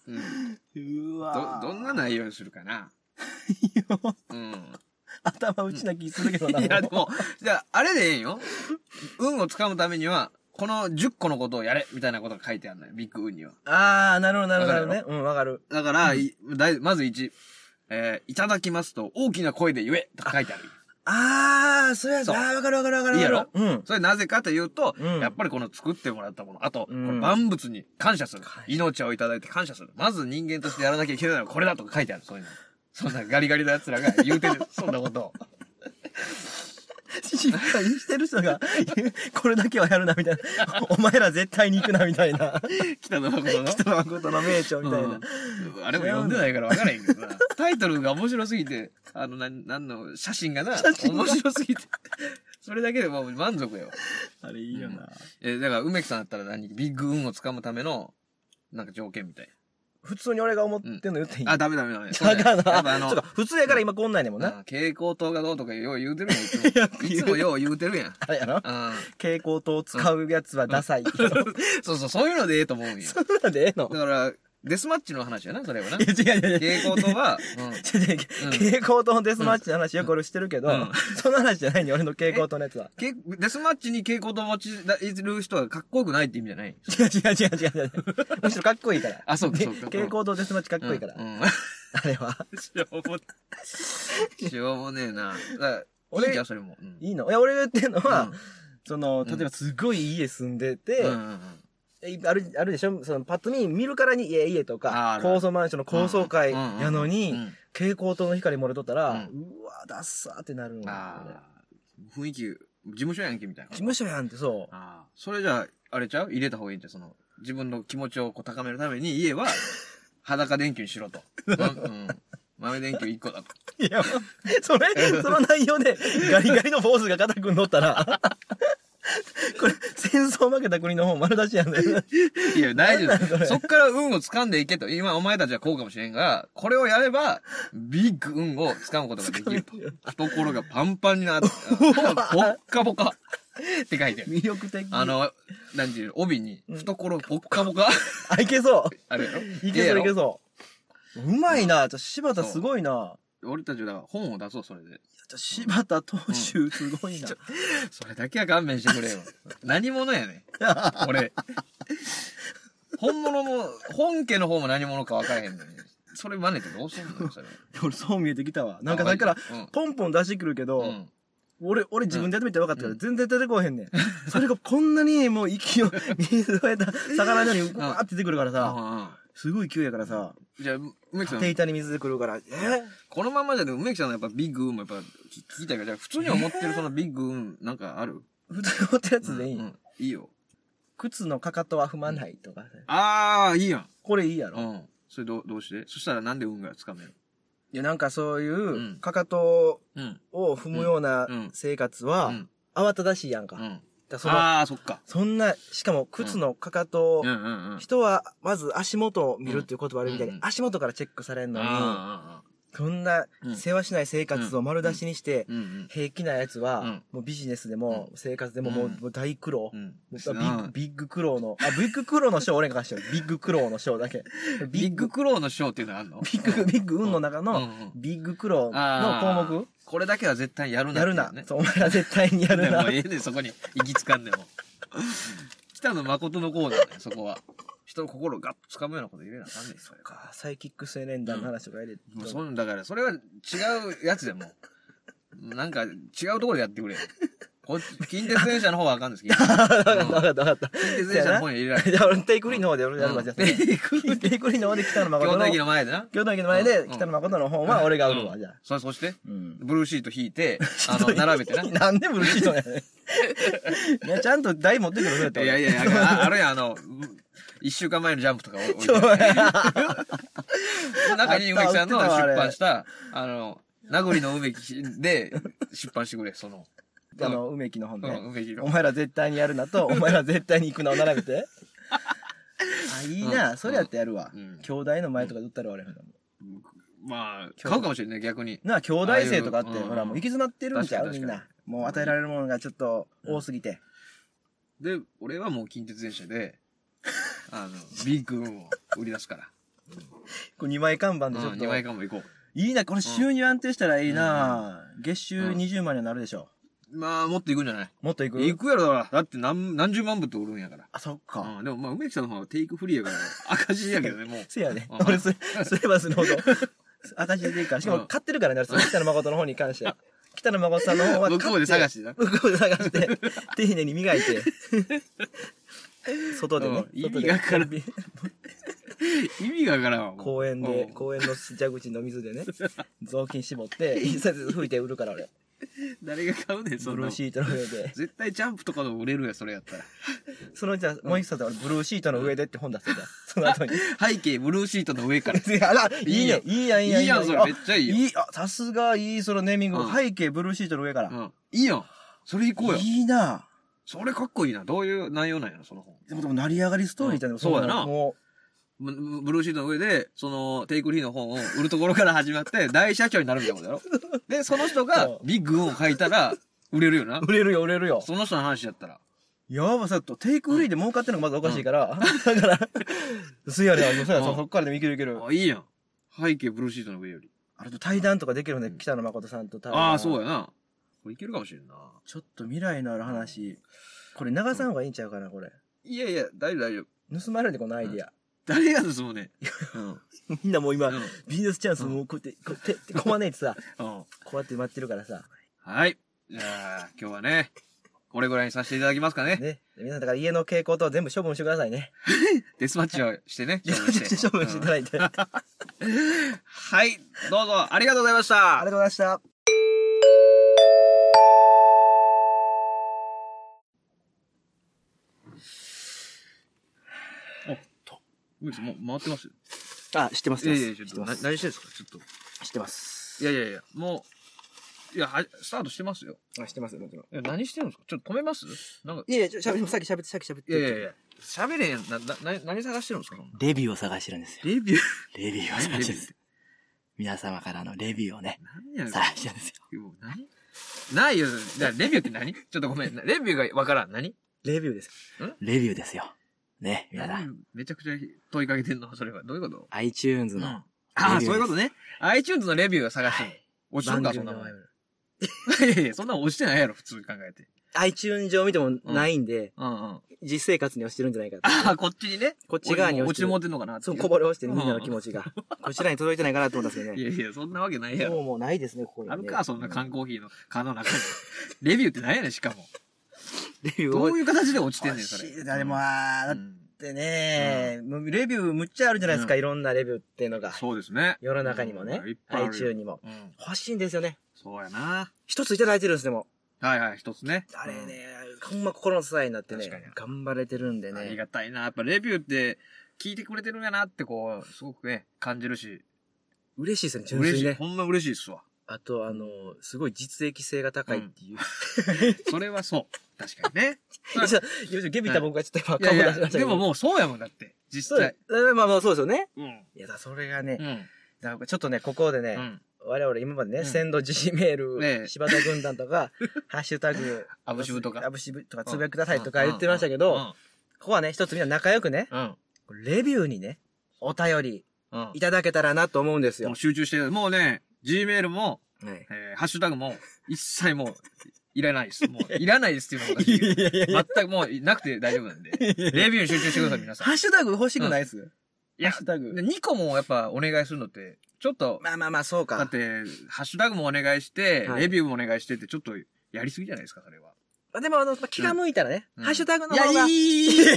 [SPEAKER 2] うん
[SPEAKER 1] う
[SPEAKER 2] ど
[SPEAKER 1] わ、
[SPEAKER 2] どんな内容にするか な。うん。
[SPEAKER 1] 頭打ちな気するけどな。
[SPEAKER 2] いや、でも、じゃあ、あれでええんよ。運をつかむためには、この10個のことをやれみたいなことが書いてあるのよ。ビッグ運には。
[SPEAKER 1] あー、なるほど、なるほど、なるほどね。うん、わかる。
[SPEAKER 2] だから、いだいまず1、えー、いただきますと、大きな声で言えとか書いてある。
[SPEAKER 1] あー、そうやつ。
[SPEAKER 2] そ
[SPEAKER 1] あ
[SPEAKER 2] う
[SPEAKER 1] ー、わかるわかるわかる。
[SPEAKER 2] いいやろ
[SPEAKER 1] うん。
[SPEAKER 2] それなぜかというと、
[SPEAKER 1] うん
[SPEAKER 2] やっぱりこの作ってもらったもの、あと、
[SPEAKER 1] うん
[SPEAKER 2] この万物に感謝する。命をいただいて感謝する。まず人間としてやらなきゃいけないのはこれだとか書いてある、そういうの。そんなガリガリな奴らが言うて る、そんなことを。
[SPEAKER 1] しっかりしてる人が、 これだけはやるな、みたいな。 お前ら絶対に行くな、みたいな。
[SPEAKER 2] 北野誠の。
[SPEAKER 1] 北野誠の名著みたいな。
[SPEAKER 2] うんあれも読んでないから分からへんけどな。タイトルが面白すぎて、あの、なん、なんの、写真がな、面白すぎて。それだけでもう満足よ。
[SPEAKER 1] あれいいよな。
[SPEAKER 2] えーだから、梅木さんだったら何ビッグ運をつかむための、なんか条件みたい
[SPEAKER 1] 普通に俺が思ってんの言っていい
[SPEAKER 2] な。あ、ダメダメダメ。
[SPEAKER 1] だか
[SPEAKER 2] そうだよやっぱあ
[SPEAKER 1] ら、
[SPEAKER 2] の
[SPEAKER 1] そうか、、普通やから今こんなんねもん
[SPEAKER 2] うん
[SPEAKER 1] な。
[SPEAKER 2] 蛍光灯がどうとかよう言うてるやん、いつも。いつもよう言うてるやん。
[SPEAKER 1] あれやろ
[SPEAKER 2] うん。
[SPEAKER 1] 蛍光灯を使うやつはダサい。そん
[SPEAKER 2] そうそう、そういうのでええと思うん よ。
[SPEAKER 1] なんでええの
[SPEAKER 2] だから、デスマッチの話やな、それはな。
[SPEAKER 1] いや、
[SPEAKER 2] 蛍
[SPEAKER 1] 違う違う違う。
[SPEAKER 2] 光灯は、うん。
[SPEAKER 1] 違う違う蛍光灯のデスマッチの話よく俺してるけど
[SPEAKER 2] うん、
[SPEAKER 1] その話じゃないね、俺の蛍光灯のや つは。
[SPEAKER 2] けデスマッチに蛍光灯持ちだいる人はかっこよくないって意味じゃない
[SPEAKER 1] 違う違う違う違う違う。むしろかっこいいから。
[SPEAKER 2] あそうか
[SPEAKER 1] で
[SPEAKER 2] そうか
[SPEAKER 1] 蛍光灯デスマッチかっこいい から
[SPEAKER 2] う。ん。
[SPEAKER 1] あれは。
[SPEAKER 2] しょうもねえな。だからいいじ
[SPEAKER 1] 俺
[SPEAKER 2] ゃん、それも。うん
[SPEAKER 1] いいのいや、俺が言ってるのは、
[SPEAKER 2] うん
[SPEAKER 1] その、
[SPEAKER 2] ん
[SPEAKER 1] 例えばすごい家住んでて、
[SPEAKER 2] うんうんうん
[SPEAKER 1] いある、あるでしょその、パッと見、見るからに、家、家とか
[SPEAKER 2] ある、
[SPEAKER 1] 高層マンションの高層階
[SPEAKER 2] うんうんうん
[SPEAKER 1] やのに、
[SPEAKER 2] うん
[SPEAKER 1] 蛍光灯の光漏れとったら、う
[SPEAKER 2] うん
[SPEAKER 1] わ、ダッサーってなるんだよね
[SPEAKER 2] あー雰囲気、事務所やんけ、みたいな。
[SPEAKER 1] 事務所やんって、そう。
[SPEAKER 2] ああ、それじゃあ、あれちゃう入れた方がいいんじゃん。その、自分の気持ちをこう高めるために、家は、裸電球にしろと。まうん。豆電球1個だと。
[SPEAKER 1] いや、それ、その内容で、ガリガリの坊主が肩くん乗ったら、これ、戦争負けた国の方丸出しやんだよ。
[SPEAKER 2] いや、大丈
[SPEAKER 1] なんなんそれ
[SPEAKER 2] 夫。そっから運を掴んでいけと。今、お前たちはこうかもしれんが、これをやれば、ビッグ運を掴むことができ ると。懐がパンパンになって、あポッカポカって書いてる。
[SPEAKER 1] 魅力的。
[SPEAKER 2] あ、の、なんていうの帯に、懐ポッカポカ
[SPEAKER 1] あ、いけそう。
[SPEAKER 2] あれや ろ
[SPEAKER 1] いけそういけ
[SPEAKER 2] う。
[SPEAKER 1] そう。うまいな。ちょ柴田すごいな。
[SPEAKER 2] 俺たちはだから本を出そう、それで。
[SPEAKER 1] ちょ柴田投手すごいな。
[SPEAKER 2] それだけは勘弁してくれよ。何者やねん。俺。本物も、本家の方も何者か分からへんのに。それ真似てどうすんのよそれ。
[SPEAKER 1] 俺そう見えてきたわ。なんかだから、
[SPEAKER 2] うん
[SPEAKER 1] ポンポン出してくるけど、
[SPEAKER 2] うん。
[SPEAKER 1] 俺、俺自分でやってみて分かったから、
[SPEAKER 2] うん
[SPEAKER 1] 全然出てこうへんねん。それがこんなにもう息を、水を得た魚のように、わーって出てくるからさ、すごい勢いやからさ、
[SPEAKER 2] じゃあ、梅木さ
[SPEAKER 1] 縦
[SPEAKER 2] ん、
[SPEAKER 1] 板に水出てくるから、えー
[SPEAKER 2] このままじゃで梅木さんのやっぱビッグ運もやっぱ聞きたいから、じゃあ普通に思ってるそのビッグ運なんかある
[SPEAKER 1] 普通に持ったやつでいい、
[SPEAKER 2] うんいいよ。
[SPEAKER 1] 靴のかかとは踏まないとか、
[SPEAKER 2] ああ、いいやん。
[SPEAKER 1] これいいやろ。
[SPEAKER 2] う
[SPEAKER 1] い
[SPEAKER 2] ん。それどうどうしてそしたらなんで運がつかめる
[SPEAKER 1] や、なんかそういうう、
[SPEAKER 2] ん
[SPEAKER 1] かかと
[SPEAKER 2] うん。
[SPEAKER 1] を踏むような
[SPEAKER 2] うん
[SPEAKER 1] 生活
[SPEAKER 2] う
[SPEAKER 1] は、
[SPEAKER 2] ん。
[SPEAKER 1] 慌ただしいやんか。
[SPEAKER 2] う
[SPEAKER 1] だか
[SPEAKER 2] ん。
[SPEAKER 1] らその
[SPEAKER 2] ああ、そっか。
[SPEAKER 1] そんな、しかも靴のかかとを、
[SPEAKER 2] うんうんうん。
[SPEAKER 1] 人はまず足元を見るっていう言葉あるみたいに、
[SPEAKER 2] うん
[SPEAKER 1] 足元からチェックされんのに、
[SPEAKER 2] あ
[SPEAKER 1] そんな
[SPEAKER 2] うん
[SPEAKER 1] 世話しない生活を丸出しにして
[SPEAKER 2] ー、うんうん
[SPEAKER 1] 平気なやつは、
[SPEAKER 2] うん
[SPEAKER 1] もうビジネスでも生活でももう,、
[SPEAKER 2] うん
[SPEAKER 1] もう大苦労。
[SPEAKER 2] うん
[SPEAKER 1] もう
[SPEAKER 2] う
[SPEAKER 1] ビッグ
[SPEAKER 2] ん。
[SPEAKER 1] ビッグ苦労の、あ、ビッグ苦労の章俺が貸してる。ビッグ苦労の章だけ。
[SPEAKER 2] ビッグクローの賞っていうのあんの
[SPEAKER 1] ビッグ、ビッグ運の中
[SPEAKER 2] うん
[SPEAKER 1] の、
[SPEAKER 2] うん
[SPEAKER 1] ビッグ苦労の
[SPEAKER 2] あー
[SPEAKER 1] 項
[SPEAKER 2] これだけは絶対やる
[SPEAKER 1] 目、
[SPEAKER 2] な
[SPEAKER 1] やるな。そうお前ら絶対にや
[SPEAKER 2] や
[SPEAKER 1] る
[SPEAKER 2] るな。
[SPEAKER 1] な
[SPEAKER 2] もう。ええで、そこに行きつかんでも。北野誠のコーナーだよ、そこは。人の心をガッと掴むようなこと入れなあかんねん、それは。
[SPEAKER 1] かサイキック青年団の話とか入れて。
[SPEAKER 2] もうそういうのだから、それは違うやつでもう。なんか、違うところでやってくれよ。こっち、近鉄電車の方はあかん ですけど。
[SPEAKER 1] わかったわかったわかった。
[SPEAKER 2] 近鉄電車の方に入れられ
[SPEAKER 1] じゃあ俺テイクリーの方で俺やるわ、じゃあ。
[SPEAKER 2] うんテイクリー
[SPEAKER 1] テイクリーの方で北野
[SPEAKER 2] 京
[SPEAKER 1] 誠
[SPEAKER 2] 都
[SPEAKER 1] の。
[SPEAKER 2] 駅の前でな。
[SPEAKER 1] 京都駅の前
[SPEAKER 2] う
[SPEAKER 1] で
[SPEAKER 2] ん
[SPEAKER 1] 北野誠の本は俺が売る
[SPEAKER 2] う
[SPEAKER 1] わ、
[SPEAKER 2] ん
[SPEAKER 1] じゃあ。
[SPEAKER 2] そ、そして、
[SPEAKER 1] うん。
[SPEAKER 2] ブルーシート引 いて、あの、並べてな。い
[SPEAKER 1] なんでブルーシートやねんいや。ちゃんと台持ってくるれた
[SPEAKER 2] やいやいや、ああるやん、あの、うん一週間前のジャンプとか置いて
[SPEAKER 1] ちょお
[SPEAKER 2] ある
[SPEAKER 1] 前
[SPEAKER 2] 中に梅木さんの
[SPEAKER 1] あっ
[SPEAKER 2] 出
[SPEAKER 1] たあれ
[SPEAKER 2] 版した、あの、名残の梅木で出版してくれ、その。
[SPEAKER 1] あの、梅木の本
[SPEAKER 2] う
[SPEAKER 1] ね
[SPEAKER 2] ん、。梅木の
[SPEAKER 1] お。前ら絶対にやるな と、お前ら絶対に行くなを並べて。あ、いいな。それやってやるわ
[SPEAKER 2] うん。
[SPEAKER 1] 兄弟の前とかで売ったら俺。
[SPEAKER 2] まあ、買うかもしれない、逆に。
[SPEAKER 1] なあ、兄弟生とかあって、
[SPEAKER 2] ああいううん
[SPEAKER 1] ほら、もう行き詰まってるんちゃうみ
[SPEAKER 2] 確か
[SPEAKER 1] ん
[SPEAKER 2] に
[SPEAKER 1] な。もう与えられるものがちょっと多すぎて。
[SPEAKER 2] で、俺はもう近鉄電車で、あの、ビッグ運を売り出すから。
[SPEAKER 1] これ2枚看板
[SPEAKER 2] うん
[SPEAKER 1] でちょっと。
[SPEAKER 2] 二枚かも行こ
[SPEAKER 1] いいな、これ収入安定したらいいな。月収20万にはなるでしょ。
[SPEAKER 2] う。まあ、もっと行くんじゃない
[SPEAKER 1] もっと行く
[SPEAKER 2] 行くやろ、だから。だって何、何十万部って売るんやから。
[SPEAKER 1] あ、そっか。
[SPEAKER 2] うん、でもまあ、梅木さんの方はテイクフリーやから、赤字やけどね、もう。
[SPEAKER 1] せやね
[SPEAKER 2] う。ん
[SPEAKER 1] 俺す、すればするほど。私でいいから。しか
[SPEAKER 2] う
[SPEAKER 1] も、
[SPEAKER 2] ん
[SPEAKER 1] 買ってるからね、俺北野誠の方に関 しては。北野誠さんの方は買って。
[SPEAKER 2] 向こうで探してな
[SPEAKER 1] 向こうで探して、丁寧に磨い て。外でね。外で
[SPEAKER 2] うん意味がわからん 意味がわからんわ。もう
[SPEAKER 1] 公園で、
[SPEAKER 2] うん
[SPEAKER 1] 公園の蛇口の水 でね、雑巾絞って、一冊拭いて売るから俺。
[SPEAKER 2] 誰が買うねん、そ
[SPEAKER 1] ブ
[SPEAKER 2] ん
[SPEAKER 1] ルー
[SPEAKER 2] なもん。
[SPEAKER 1] シートの上で。
[SPEAKER 2] 絶対ジャンプとかでも売れるやん、それやったら。
[SPEAKER 1] そのうちは、もう一冊は俺ブルーシートの上でって本出してた。その後 に。
[SPEAKER 2] 背景、ブルーシートの上から。
[SPEAKER 1] あら、 いいね。い
[SPEAKER 2] い
[SPEAKER 1] いやん、いいやん。
[SPEAKER 2] いいやんそれ
[SPEAKER 1] あ
[SPEAKER 2] めっちゃいいよ
[SPEAKER 1] いい、あ、さすが、いい、そのネーミング。
[SPEAKER 2] うん
[SPEAKER 1] 背景、ブルーシートの上から
[SPEAKER 2] う。ん。いいやん。それ行こうよ。
[SPEAKER 1] いいな
[SPEAKER 2] それかっこいいな。どういう内容なんやろ、その本。
[SPEAKER 1] でも、でも、成り上がりストーリーみたいな、
[SPEAKER 2] うんそうやな
[SPEAKER 1] も
[SPEAKER 2] ブブルーシートの上で、その、テイクフリーの本を売るところから始ま って、大社長になるみたいなことだ ろ。で、その人が
[SPEAKER 1] う、
[SPEAKER 2] ビッグ運を書いたら、売れるよな
[SPEAKER 1] う、。売れるよ、売れるよ。
[SPEAKER 2] その人の話やったら。
[SPEAKER 1] やばさと、テイクフリーで儲かってるのがまずおかしいから。だから、そうやね、そうやね、
[SPEAKER 2] うん
[SPEAKER 1] そっからでもいけるいける。
[SPEAKER 2] あ、いいやん。背景、ブルーシートの上より。
[SPEAKER 1] あれと対談とかできるね、北野誠さんと対談。
[SPEAKER 2] ああ、そう
[SPEAKER 1] や。
[SPEAKER 2] やな。これいけるかもしれんな。
[SPEAKER 1] ちょっと未来のある話。これ、流さん方がいいんちゃうかな、これ。
[SPEAKER 2] いやいや、大丈夫、大丈夫。
[SPEAKER 1] 盗まれるで、このアイディア。
[SPEAKER 2] 誰がですもん ね。うん。
[SPEAKER 1] みんなもう今
[SPEAKER 2] うん、
[SPEAKER 1] ビジネスチャンスもうこうやって、こうやって、こまねいてさ、
[SPEAKER 2] うん。
[SPEAKER 1] こうやって待ってるからさ。
[SPEAKER 2] はい。じゃあ、今日はね、これぐらいにさせていただきますかね。
[SPEAKER 1] ね。皆さん、だから家の蛍光灯全部処分してくださいね。
[SPEAKER 2] デスマッチをしてね。
[SPEAKER 1] 自分で 処分していた
[SPEAKER 2] うん
[SPEAKER 1] だいて。ありが
[SPEAKER 2] はい。どうぞ、ありがとうございました。
[SPEAKER 1] とうございました。
[SPEAKER 2] ウイルスもう回ってます
[SPEAKER 1] あ、知ってます。
[SPEAKER 2] いやいや、ち
[SPEAKER 1] 知
[SPEAKER 2] ょっ
[SPEAKER 1] って
[SPEAKER 2] と、
[SPEAKER 1] ま
[SPEAKER 2] な
[SPEAKER 1] す。
[SPEAKER 2] 何してるんですかちょっと。
[SPEAKER 1] 知ってます。
[SPEAKER 2] いやいやいや、もう、いや、はスタートしてますよ。
[SPEAKER 1] あ、知ってますよ、もちろん。
[SPEAKER 2] いや何してるんですかちょっと止めますなんか、
[SPEAKER 1] いやいや、ちょ、しゃべ、さっきしゃべって、さっきしゃべっ
[SPEAKER 2] い
[SPEAKER 1] て。
[SPEAKER 2] やいやいや、喋れんやん。な、な、何何探してるんですかその
[SPEAKER 3] レビューを探してるんですよ。
[SPEAKER 2] レビュー。
[SPEAKER 3] レビューを探してるんです。皆様からのレビューをね、
[SPEAKER 2] 何やねん
[SPEAKER 3] 探してるんですよ。
[SPEAKER 2] もう何ないよ。じゃあレビューって何ちょっとごめん。レビューがわからん。何
[SPEAKER 1] レビューです。
[SPEAKER 3] レビューですよ。ね、皆さん。
[SPEAKER 2] 何めちゃくちゃ問いかけてんのそれは。どういうこと
[SPEAKER 3] iTunes の、
[SPEAKER 2] ああ、
[SPEAKER 3] レビューです
[SPEAKER 2] そういうことね。iTunes のレビューを探してる。落ちとんか、
[SPEAKER 1] 番
[SPEAKER 2] そ
[SPEAKER 1] 組
[SPEAKER 2] んな
[SPEAKER 1] の
[SPEAKER 2] もん。
[SPEAKER 1] 前
[SPEAKER 2] い
[SPEAKER 1] まで
[SPEAKER 2] や いや、そんなもん落ちてないやろ、普通に考えて。
[SPEAKER 1] iTunes 上見てもないんで、
[SPEAKER 2] うんうん。あ
[SPEAKER 1] 実生活に落ちてるんじゃないかって。
[SPEAKER 2] あ、こっちにね。
[SPEAKER 1] こっち側に
[SPEAKER 2] 落
[SPEAKER 1] 落ち
[SPEAKER 2] ちて
[SPEAKER 1] てる
[SPEAKER 2] もう。てんのかなって
[SPEAKER 1] そ、
[SPEAKER 2] いうう
[SPEAKER 1] こぼれ落ちてみんなの気持ちが。こちらに届いてないかなと思ったんです
[SPEAKER 2] い
[SPEAKER 1] け
[SPEAKER 2] やいや、そんなわけないや
[SPEAKER 1] どね。も
[SPEAKER 2] ろ。
[SPEAKER 1] うもうないですね、ここに、ね。
[SPEAKER 2] あるか、そんな缶コーヒーの缶の中に。レビューって何やねん、しかも。
[SPEAKER 1] レビュー
[SPEAKER 2] ど
[SPEAKER 1] 多
[SPEAKER 2] う
[SPEAKER 1] い
[SPEAKER 2] いう形で落ちてんねん、それ。
[SPEAKER 3] 誰も
[SPEAKER 1] まあ、だ
[SPEAKER 2] う
[SPEAKER 1] っ
[SPEAKER 2] ん
[SPEAKER 1] てね、もうレビューむっちゃあるじゃないですか、
[SPEAKER 2] うん
[SPEAKER 1] いろんなレビューっていうのが。
[SPEAKER 2] そうですね。
[SPEAKER 1] 世の中にもね
[SPEAKER 2] うんいっ、ぱいあるよ
[SPEAKER 1] iTunes にも。
[SPEAKER 2] うん。
[SPEAKER 1] 欲しいんですよね。
[SPEAKER 2] そうやな。
[SPEAKER 1] 一ついただいてるんです、でも。
[SPEAKER 2] はいはい、一つね。
[SPEAKER 1] あれね、ほんま心の支えになってね
[SPEAKER 2] 確かに、
[SPEAKER 1] 頑張れてるんで
[SPEAKER 2] うん。あり
[SPEAKER 1] ね。
[SPEAKER 2] がたいな。やっぱレビューって聞いてくれてるんやなってこう、すごくね、感じるし。
[SPEAKER 1] 嬉しいですね、純
[SPEAKER 2] 嬉し
[SPEAKER 1] 粋
[SPEAKER 2] い。
[SPEAKER 1] ね。
[SPEAKER 2] ほんま嬉しいっすわ。
[SPEAKER 1] あと、あの、すごい実益性が高いって いう。
[SPEAKER 2] それはそう。確かにね。うん
[SPEAKER 1] ちょちょっとゲビた僕がちょっと今
[SPEAKER 2] い
[SPEAKER 1] 顔
[SPEAKER 2] や
[SPEAKER 1] 出
[SPEAKER 2] い
[SPEAKER 1] しました
[SPEAKER 2] や、
[SPEAKER 1] けど
[SPEAKER 2] でももうそうやもんだって。
[SPEAKER 1] そ
[SPEAKER 2] 実
[SPEAKER 1] うで
[SPEAKER 2] 際。
[SPEAKER 1] す。えまあまあ、そうですよね。
[SPEAKER 2] うん。
[SPEAKER 1] いや、だそれがね、
[SPEAKER 2] うん。
[SPEAKER 1] だからちょっとね、ここでね、
[SPEAKER 2] うん。
[SPEAKER 1] 我々今まで
[SPEAKER 2] う
[SPEAKER 1] ね、
[SPEAKER 2] ん
[SPEAKER 1] 先導 G メー
[SPEAKER 2] ええ
[SPEAKER 1] ル、柴田軍団と か、ハッシュタグ、
[SPEAKER 2] アブシブとか
[SPEAKER 1] アブシブとかつぶやくださいとか言ってましたけど、ここはね、一つみんな仲良くね、
[SPEAKER 2] うん、うん。
[SPEAKER 1] レビューにね、お便り
[SPEAKER 2] うん。うん
[SPEAKER 1] いただけたらなと思うんです
[SPEAKER 2] も
[SPEAKER 1] よ
[SPEAKER 2] う。集中してる。もうね、Gmail も、
[SPEAKER 1] はい
[SPEAKER 2] えーハッシュタグも、一切もう、いらないです。もう、いらないですっていうのもおかしいけど
[SPEAKER 1] やいや
[SPEAKER 2] 全くもう、なくて大丈夫なんで。レビューに集中してください、皆さん。
[SPEAKER 1] ハッシュタグ欲しくないっす、
[SPEAKER 2] いや
[SPEAKER 1] ハッシュタグ。
[SPEAKER 2] 2個もやっぱお願いするのって、ちょっと、
[SPEAKER 1] まあまあまあ、そう
[SPEAKER 2] だっ
[SPEAKER 1] か。
[SPEAKER 2] て、ハッシュタグもお願いして、
[SPEAKER 1] はい
[SPEAKER 2] レビューもお願いしてって、ちょっと、やりすぎじゃないですか、それは。
[SPEAKER 1] でも、あの、まあ気が向いたらね、
[SPEAKER 2] うん
[SPEAKER 1] ハッシュタグの方が。
[SPEAKER 2] いやいいいいいい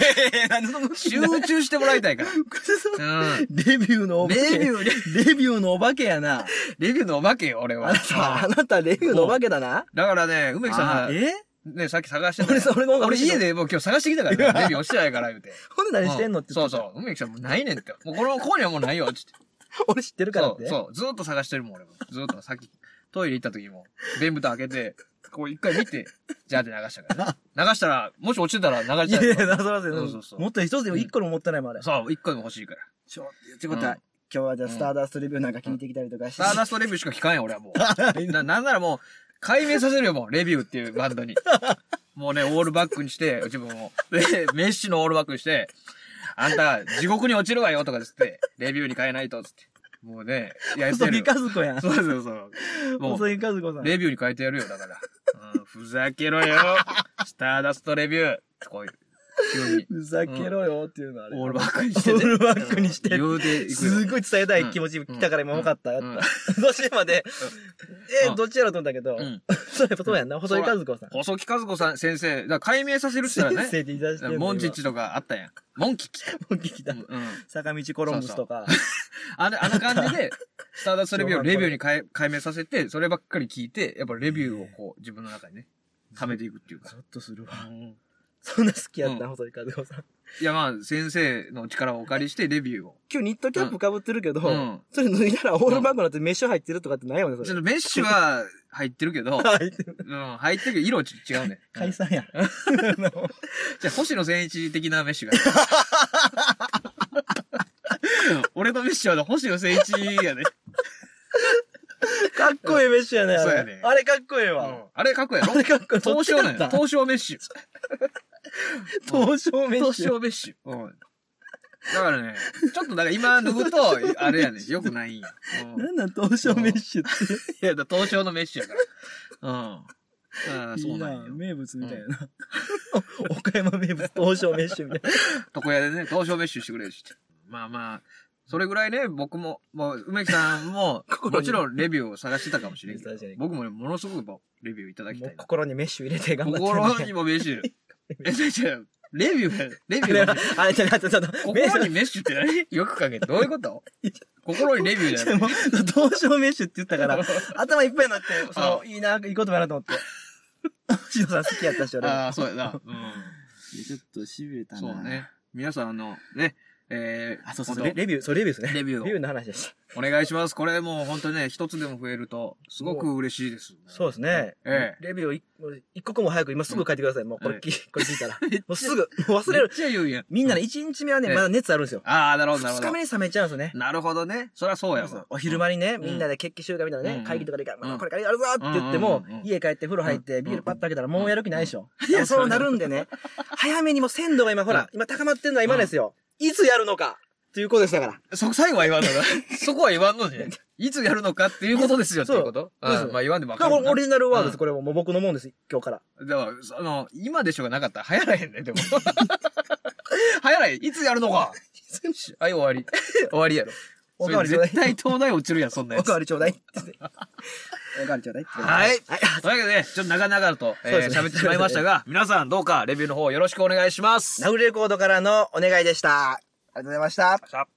[SPEAKER 1] 何の無
[SPEAKER 2] 集
[SPEAKER 1] な
[SPEAKER 2] 中してもらいたいから。うん。
[SPEAKER 1] レビューのお化け。
[SPEAKER 2] レビュー、レ
[SPEAKER 1] レビューのお化けやな。
[SPEAKER 2] レビューのお化けよ、俺
[SPEAKER 1] あ
[SPEAKER 2] は。
[SPEAKER 1] なた、あなたレビューのお化けだな。
[SPEAKER 2] だからね、梅木さ
[SPEAKER 1] あ
[SPEAKER 2] ん、
[SPEAKER 1] え
[SPEAKER 2] ね、さっき探してた
[SPEAKER 1] 俺
[SPEAKER 2] やん
[SPEAKER 1] さ、俺の方が
[SPEAKER 2] 俺
[SPEAKER 1] 欲しいの
[SPEAKER 2] 家。でもう今日探してきたから ね、レビュー押してないから言うて。
[SPEAKER 1] ほんで何してんのって言
[SPEAKER 2] うそ
[SPEAKER 1] っ
[SPEAKER 2] う
[SPEAKER 1] てた
[SPEAKER 2] そう。梅木さんもうないねんって。もうこの、ここにはもうないよ、 つって。
[SPEAKER 1] 俺知ってるから
[SPEAKER 2] そ
[SPEAKER 1] って。
[SPEAKER 2] う、そう。ずーっと探してるもん、俺も。ずーっと、さっき、トイレ行った時も、便蓋開けて、こう一回見て、ジャーって流した からね。流したら、もし落ちてたら流
[SPEAKER 1] い
[SPEAKER 2] し
[SPEAKER 1] や
[SPEAKER 2] た
[SPEAKER 1] いや、
[SPEAKER 2] ら。
[SPEAKER 1] なさらず
[SPEAKER 2] そうそうそう
[SPEAKER 1] もっと一つでも一個でも持ってないもん、あれ。
[SPEAKER 2] そう、一個でも欲しいから。
[SPEAKER 1] ちょ、ってこと
[SPEAKER 2] う
[SPEAKER 1] は
[SPEAKER 2] ん、
[SPEAKER 1] 今日はじゃあ、スターダストレビューなんか聞いてきたりとかし
[SPEAKER 2] ス
[SPEAKER 1] て
[SPEAKER 2] タ。ーダストレビューしか聞かんよ、俺はも う。な、なんならもう、解明させるよ、もう、レビューっていうバンドに。もうね、オールバックにして、自分も。で、メッシのオールバックにして、あんた、地獄に落ちるわよ、とかつって、レビューに変えないと、つって。もうね、やって
[SPEAKER 1] 細
[SPEAKER 2] る
[SPEAKER 1] 木
[SPEAKER 2] よ。
[SPEAKER 1] 和子やん。
[SPEAKER 2] そうそうそう。も
[SPEAKER 1] 細
[SPEAKER 2] う、
[SPEAKER 1] 木和子さん。
[SPEAKER 2] レビューに変えてやるよ、だから。うん、ふざけろよ、スターダストレビュー。こういう、急に、
[SPEAKER 1] ふざけろよっていうのあれ。
[SPEAKER 2] オール
[SPEAKER 1] バ
[SPEAKER 2] バックに
[SPEAKER 1] ッ
[SPEAKER 2] して
[SPEAKER 1] ク。
[SPEAKER 2] ね
[SPEAKER 1] オールバックにして。
[SPEAKER 2] 言うていく よ
[SPEAKER 1] すごい伝えたい気持ち来たから今分かった。やっ
[SPEAKER 2] うん
[SPEAKER 1] た。 どっちまで。え
[SPEAKER 2] う
[SPEAKER 1] ー、
[SPEAKER 2] ん
[SPEAKER 1] どっちやろうと思ったけど
[SPEAKER 2] う。ん。
[SPEAKER 1] そうやっぱそうやんな。細木和子さん。
[SPEAKER 2] 細木和子さん、先生、だから解明させるって言ったら
[SPEAKER 1] 先
[SPEAKER 2] ね
[SPEAKER 1] 生。って言い出してんの
[SPEAKER 2] モンチッチとかあったやん。モンキッチ。
[SPEAKER 1] 今モンキッチ だ
[SPEAKER 2] うん。うん
[SPEAKER 1] 坂道コロンブスとか。
[SPEAKER 2] あの、あの感じで、スターダストレビューをレビューに解解明させて、そればっかり聞いて、やっぱレビューをこう、自分の中にね、貯めていくっていうか
[SPEAKER 1] ゾ。ッとするわ。
[SPEAKER 2] うん
[SPEAKER 1] そんな好きやった、
[SPEAKER 2] うん
[SPEAKER 1] 細木和子さん。
[SPEAKER 2] いや、まあ、先生の力をお借りして、レビューを。
[SPEAKER 1] 今日ニットキャップ被ってるけど
[SPEAKER 2] うん、
[SPEAKER 1] それ脱いだらオールバックになってメッシュ入ってるとかってないよね、それ
[SPEAKER 2] ちょっ。とメッシュは入ってるけど、
[SPEAKER 1] 入ってる。
[SPEAKER 2] うん、入ってるけど、色ち違うね。うん
[SPEAKER 1] 解散やん。
[SPEAKER 2] じゃあ、星野千一的なメ ッシュが。俺のメッシュは星野千一やね。
[SPEAKER 1] かっこええメッシュやね。あれ
[SPEAKER 2] そうやね
[SPEAKER 1] あれかっこええ
[SPEAKER 2] う
[SPEAKER 1] わ
[SPEAKER 2] ん。あれ、かっこええや
[SPEAKER 1] あれ
[SPEAKER 2] ろ
[SPEAKER 1] かっこええ。
[SPEAKER 2] 東証なん
[SPEAKER 1] や
[SPEAKER 2] や。東証メッシュ。
[SPEAKER 1] 東証メッ
[SPEAKER 2] 東
[SPEAKER 1] シュ。
[SPEAKER 2] 証メッシュ。うん。だからね、ちょっとだから今脱ぐと、あれやね、よくないんや。うん
[SPEAKER 1] なんなん東証メッシュっ
[SPEAKER 2] いや、だから東証のメッシュやから。うん。ああ、
[SPEAKER 1] て。
[SPEAKER 2] そ
[SPEAKER 1] いうい
[SPEAKER 2] なん
[SPEAKER 1] な
[SPEAKER 2] よ。
[SPEAKER 1] 名物みたいやな。岡山名物東証メッシュみたいな。、
[SPEAKER 2] 床屋でね、東証メッシュしてくれるし。まあまあ、それぐらいね、僕も、もう、梅木さんも
[SPEAKER 1] 心に
[SPEAKER 2] もちろんレビューを探してたかもしれんけど
[SPEAKER 1] 確かに、
[SPEAKER 2] 僕もね、ものすごくやっぱレビューいただき
[SPEAKER 1] も
[SPEAKER 2] たいうな。
[SPEAKER 1] 心にメッシュ入れて頑張って
[SPEAKER 2] 心にもメッシュ。え、違う違う。レビューが、レビューが、
[SPEAKER 1] あれ、ちょっと、ちょっと、メッシ
[SPEAKER 2] 心
[SPEAKER 1] ュ
[SPEAKER 2] にメッシュって 何よく書け。どういうこと 心にレビューじゃない。
[SPEAKER 1] もう、どうしようメッシュって言ったから、頭いっぱいになって、そ
[SPEAKER 2] あ
[SPEAKER 1] の、いいな、いい言葉だなと思って。しおさん好きやったし、俺。
[SPEAKER 2] ああ、そうや な。うん。
[SPEAKER 3] いやちょっと痺れたな。
[SPEAKER 2] そうね。。皆さん、あの、ね、えー、
[SPEAKER 3] あそうそう
[SPEAKER 1] そうレ
[SPEAKER 2] 本当
[SPEAKER 1] レビュー、そう、レビューですね。
[SPEAKER 2] レビューを
[SPEAKER 1] レビューの話でした。
[SPEAKER 2] お願いします。これもう本当にね、一つでも増えると、すごく嬉しいです。
[SPEAKER 1] そうですね。
[SPEAKER 2] え
[SPEAKER 1] レビューをいもう一刻も早く、今すぐ書いてください。もう、これ、
[SPEAKER 2] え
[SPEAKER 1] きこれ聞い たら。もうすぐ、もう忘れ
[SPEAKER 2] めっ
[SPEAKER 1] る。
[SPEAKER 2] ちゃ言うやん。
[SPEAKER 1] みんなね、一日目はね、
[SPEAKER 2] ええ
[SPEAKER 1] まだ熱あるんですよ。
[SPEAKER 2] ああ、なるほど、なる
[SPEAKER 1] 二日
[SPEAKER 2] ほ
[SPEAKER 1] 目
[SPEAKER 2] ど。
[SPEAKER 1] に冷めちゃうんですよね。
[SPEAKER 2] なるほどね。そりゃそうや
[SPEAKER 1] そう
[SPEAKER 2] わ。
[SPEAKER 1] お昼間にね、
[SPEAKER 2] ん
[SPEAKER 1] みんなで決起集会みたいなね、
[SPEAKER 2] うん
[SPEAKER 1] 会議とかで、ま
[SPEAKER 2] う
[SPEAKER 1] あ、
[SPEAKER 2] ん
[SPEAKER 1] これからやるぞって言っても、
[SPEAKER 2] うんうんうん
[SPEAKER 1] 家帰って風呂入って、
[SPEAKER 2] うん
[SPEAKER 1] ビールパッと開けたらもうやる気ないでしょ。
[SPEAKER 2] ん
[SPEAKER 1] いやそうなるんでね、 早めにもう鮮度が今ほら、
[SPEAKER 2] うん
[SPEAKER 1] 今高まってんのは今ですよ。いつやるのかっていうことでしたから。
[SPEAKER 2] そこ、最後は言わんのだ。 そこは言わんのね。いつやるのかっていうことですよっていうこと
[SPEAKER 1] そうそう
[SPEAKER 2] うんまあ言わんでもわ
[SPEAKER 1] だか
[SPEAKER 2] か
[SPEAKER 1] ら
[SPEAKER 2] る
[SPEAKER 1] これオ
[SPEAKER 2] な。
[SPEAKER 1] リジナルワードです、
[SPEAKER 2] うん
[SPEAKER 1] これももう僕のもんです、今日から。
[SPEAKER 2] だから、その、今でしょがなかったら流行らへんね、でも。 流行らへん。いつやるのか。はい、終わり。終わりやろ。
[SPEAKER 1] おかわり
[SPEAKER 2] そ
[SPEAKER 1] ちょう
[SPEAKER 2] れ
[SPEAKER 1] だ
[SPEAKER 2] 絶対東大落ちるやん、そんな
[SPEAKER 1] お
[SPEAKER 2] やつ
[SPEAKER 1] か。わりちょうだい。おかわりちょうだい。
[SPEAKER 2] はい
[SPEAKER 1] はい。
[SPEAKER 2] というわけでね、ちょっと長々と、え
[SPEAKER 1] そう
[SPEAKER 2] ー
[SPEAKER 1] ですね
[SPEAKER 2] 喋ってしまいましたが、皆さんどうかレビューの方よろしくお願いします。
[SPEAKER 1] ナウレコードからのお願いでした。ありがとうございました。
[SPEAKER 2] さあ